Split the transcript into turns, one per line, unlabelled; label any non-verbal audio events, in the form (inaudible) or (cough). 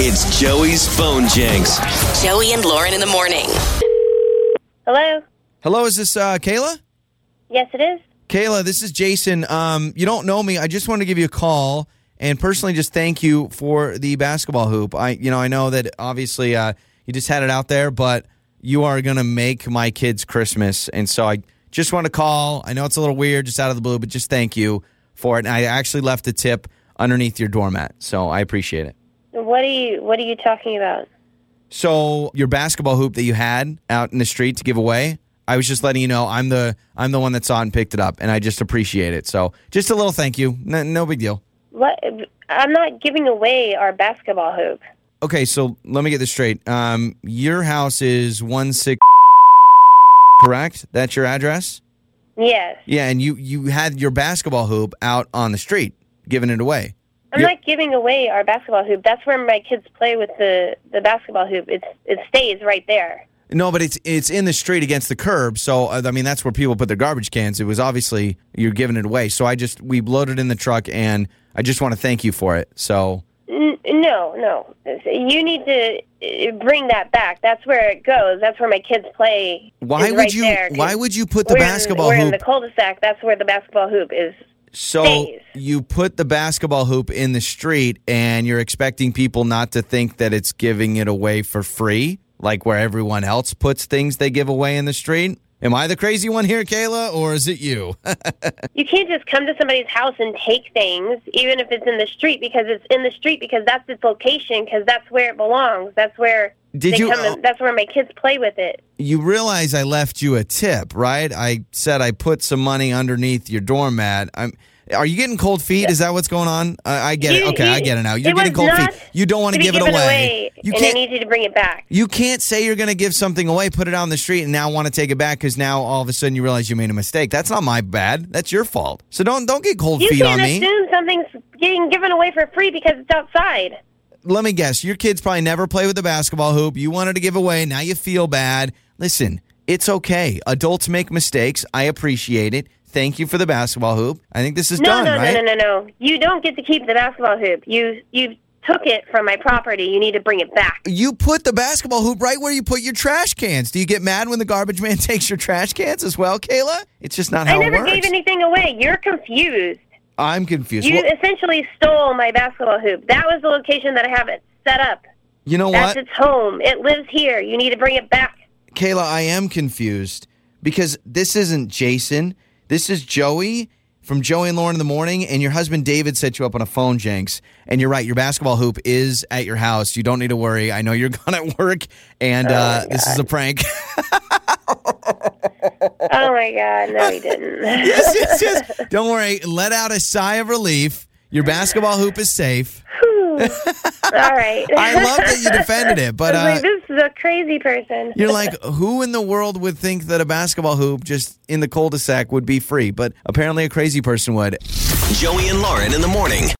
It's Joey's phone janks.
Joey and Lauren in the morning.
Hello.
Hello, is this uh, Kayla?
Yes, it is.
Kayla, this is Jason. Um, you don't know me. I just wanted to give you a call and personally just thank you for the basketball hoop. I, you know, I know that obviously uh, you just had it out there, but you are going to make my kids Christmas, and so I just want to call. I know it's a little weird, just out of the blue, but just thank you for it. And I actually left a tip underneath your doormat, so I appreciate it.
What are you What are you talking about?
So your basketball hoop that you had out in the street to give away, I was just letting you know I'm the I'm the one that saw it and picked it up, and I just appreciate it. So just a little thank you, no, no big deal.
What? I'm not giving away our basketball hoop.
Okay, so let me get this straight. Um, your house is one six, correct? That's your address.
Yes.
Yeah, and you you had your basketball hoop out on the street, giving it away.
I'm
You're-
not giving away our basketball hoop. That's where my kids play with the the basketball hoop. It's it stays right there.
No, but it's it's in the street against the curb. So uh, I mean, that's where people put their garbage cans. It was obviously you're giving it away. So I just we loaded in the truck, and I just want to thank you for it. So
N- no, no. You need to uh, bring that back. That's where it goes. That's where my kids play.
why
is
would
right
you
there.
why would you put the
we're
basketball
in, we're
hoop?
in the cul-de-sac. That's where the basketball hoop is.
so
days.
you put the basketball hoop in the street, and you're expecting people not to think that it's giving it away for free, like where everyone else puts things they give away in the street. Am I the crazy one here, Kayla, or is it you?
You can't just come to somebody's house and take things, even if it's in the street, because it's in the street because that's its location, because that's where it belongs. That's where
Did
they
you- uh,
come. and that's where my kids play with it.
you realize I left you a tip, right? I said I put some money underneath your doormat. I'm. Are you getting cold feet? Is that what's going on? I, I get it.
You-
Okay, I
you-
get it now. You're
it
getting
was
cold
not
feet. You don't want
To
to
be
give it
given
away. You
you and I
can't.
need you to bring it back.
you can't say you're going to give something away, put it out on the street, and now want to take it back because now all of a sudden you realize you made a mistake. That's not my bad. That's your fault. So don't don't get cold
You
feet on
can't
me.
assume something's getting given away for free because it's outside.
Let me guess. Your kids probably never play with the basketball hoop. You wanted to give away. Now you feel bad. Listen, it's okay. Adults make mistakes. I appreciate it. Thank you for the basketball hoop. I think this is
No,
done,
no,
right?
no, no, no, no. You don't get to keep the basketball hoop. You you took it from my property. You need to bring it back.
You put the basketball hoop right where you put your trash cans. Do you get mad when the garbage man (laughs) takes your trash cans as well, Kayla? It's just not
I
how it
never
works.
gave anything away. You're confused.
I'm confused.
You
Well,
essentially stole my basketball hoop. That was the location that I have it set up.
you know
That's
what?
its home. It lives here. You need to bring it back.
Kayla, I am confused because this isn't Jason. This is Joey from Joey and Lauren in the morning, and your husband David set you up on a phone, Jenks. And you're right, your basketball hoop is at your house. You don't need to worry. I know you're (laughs) gone at work, and uh, this is a prank. (laughs)
Oh my God! No,
(laughs)
he didn't.
yes, yes, yes. Don't worry. Let out a sigh of relief. Your basketball hoop is safe.
(laughs) All right.
I love that you defended it,
(laughs)
but
I was
uh,
like, this is a crazy person.
You're like, who in the world would think that a basketball hoop just in the cul-de-sac would be free? But apparently, a crazy person would.
Joey and Lauren in the morning.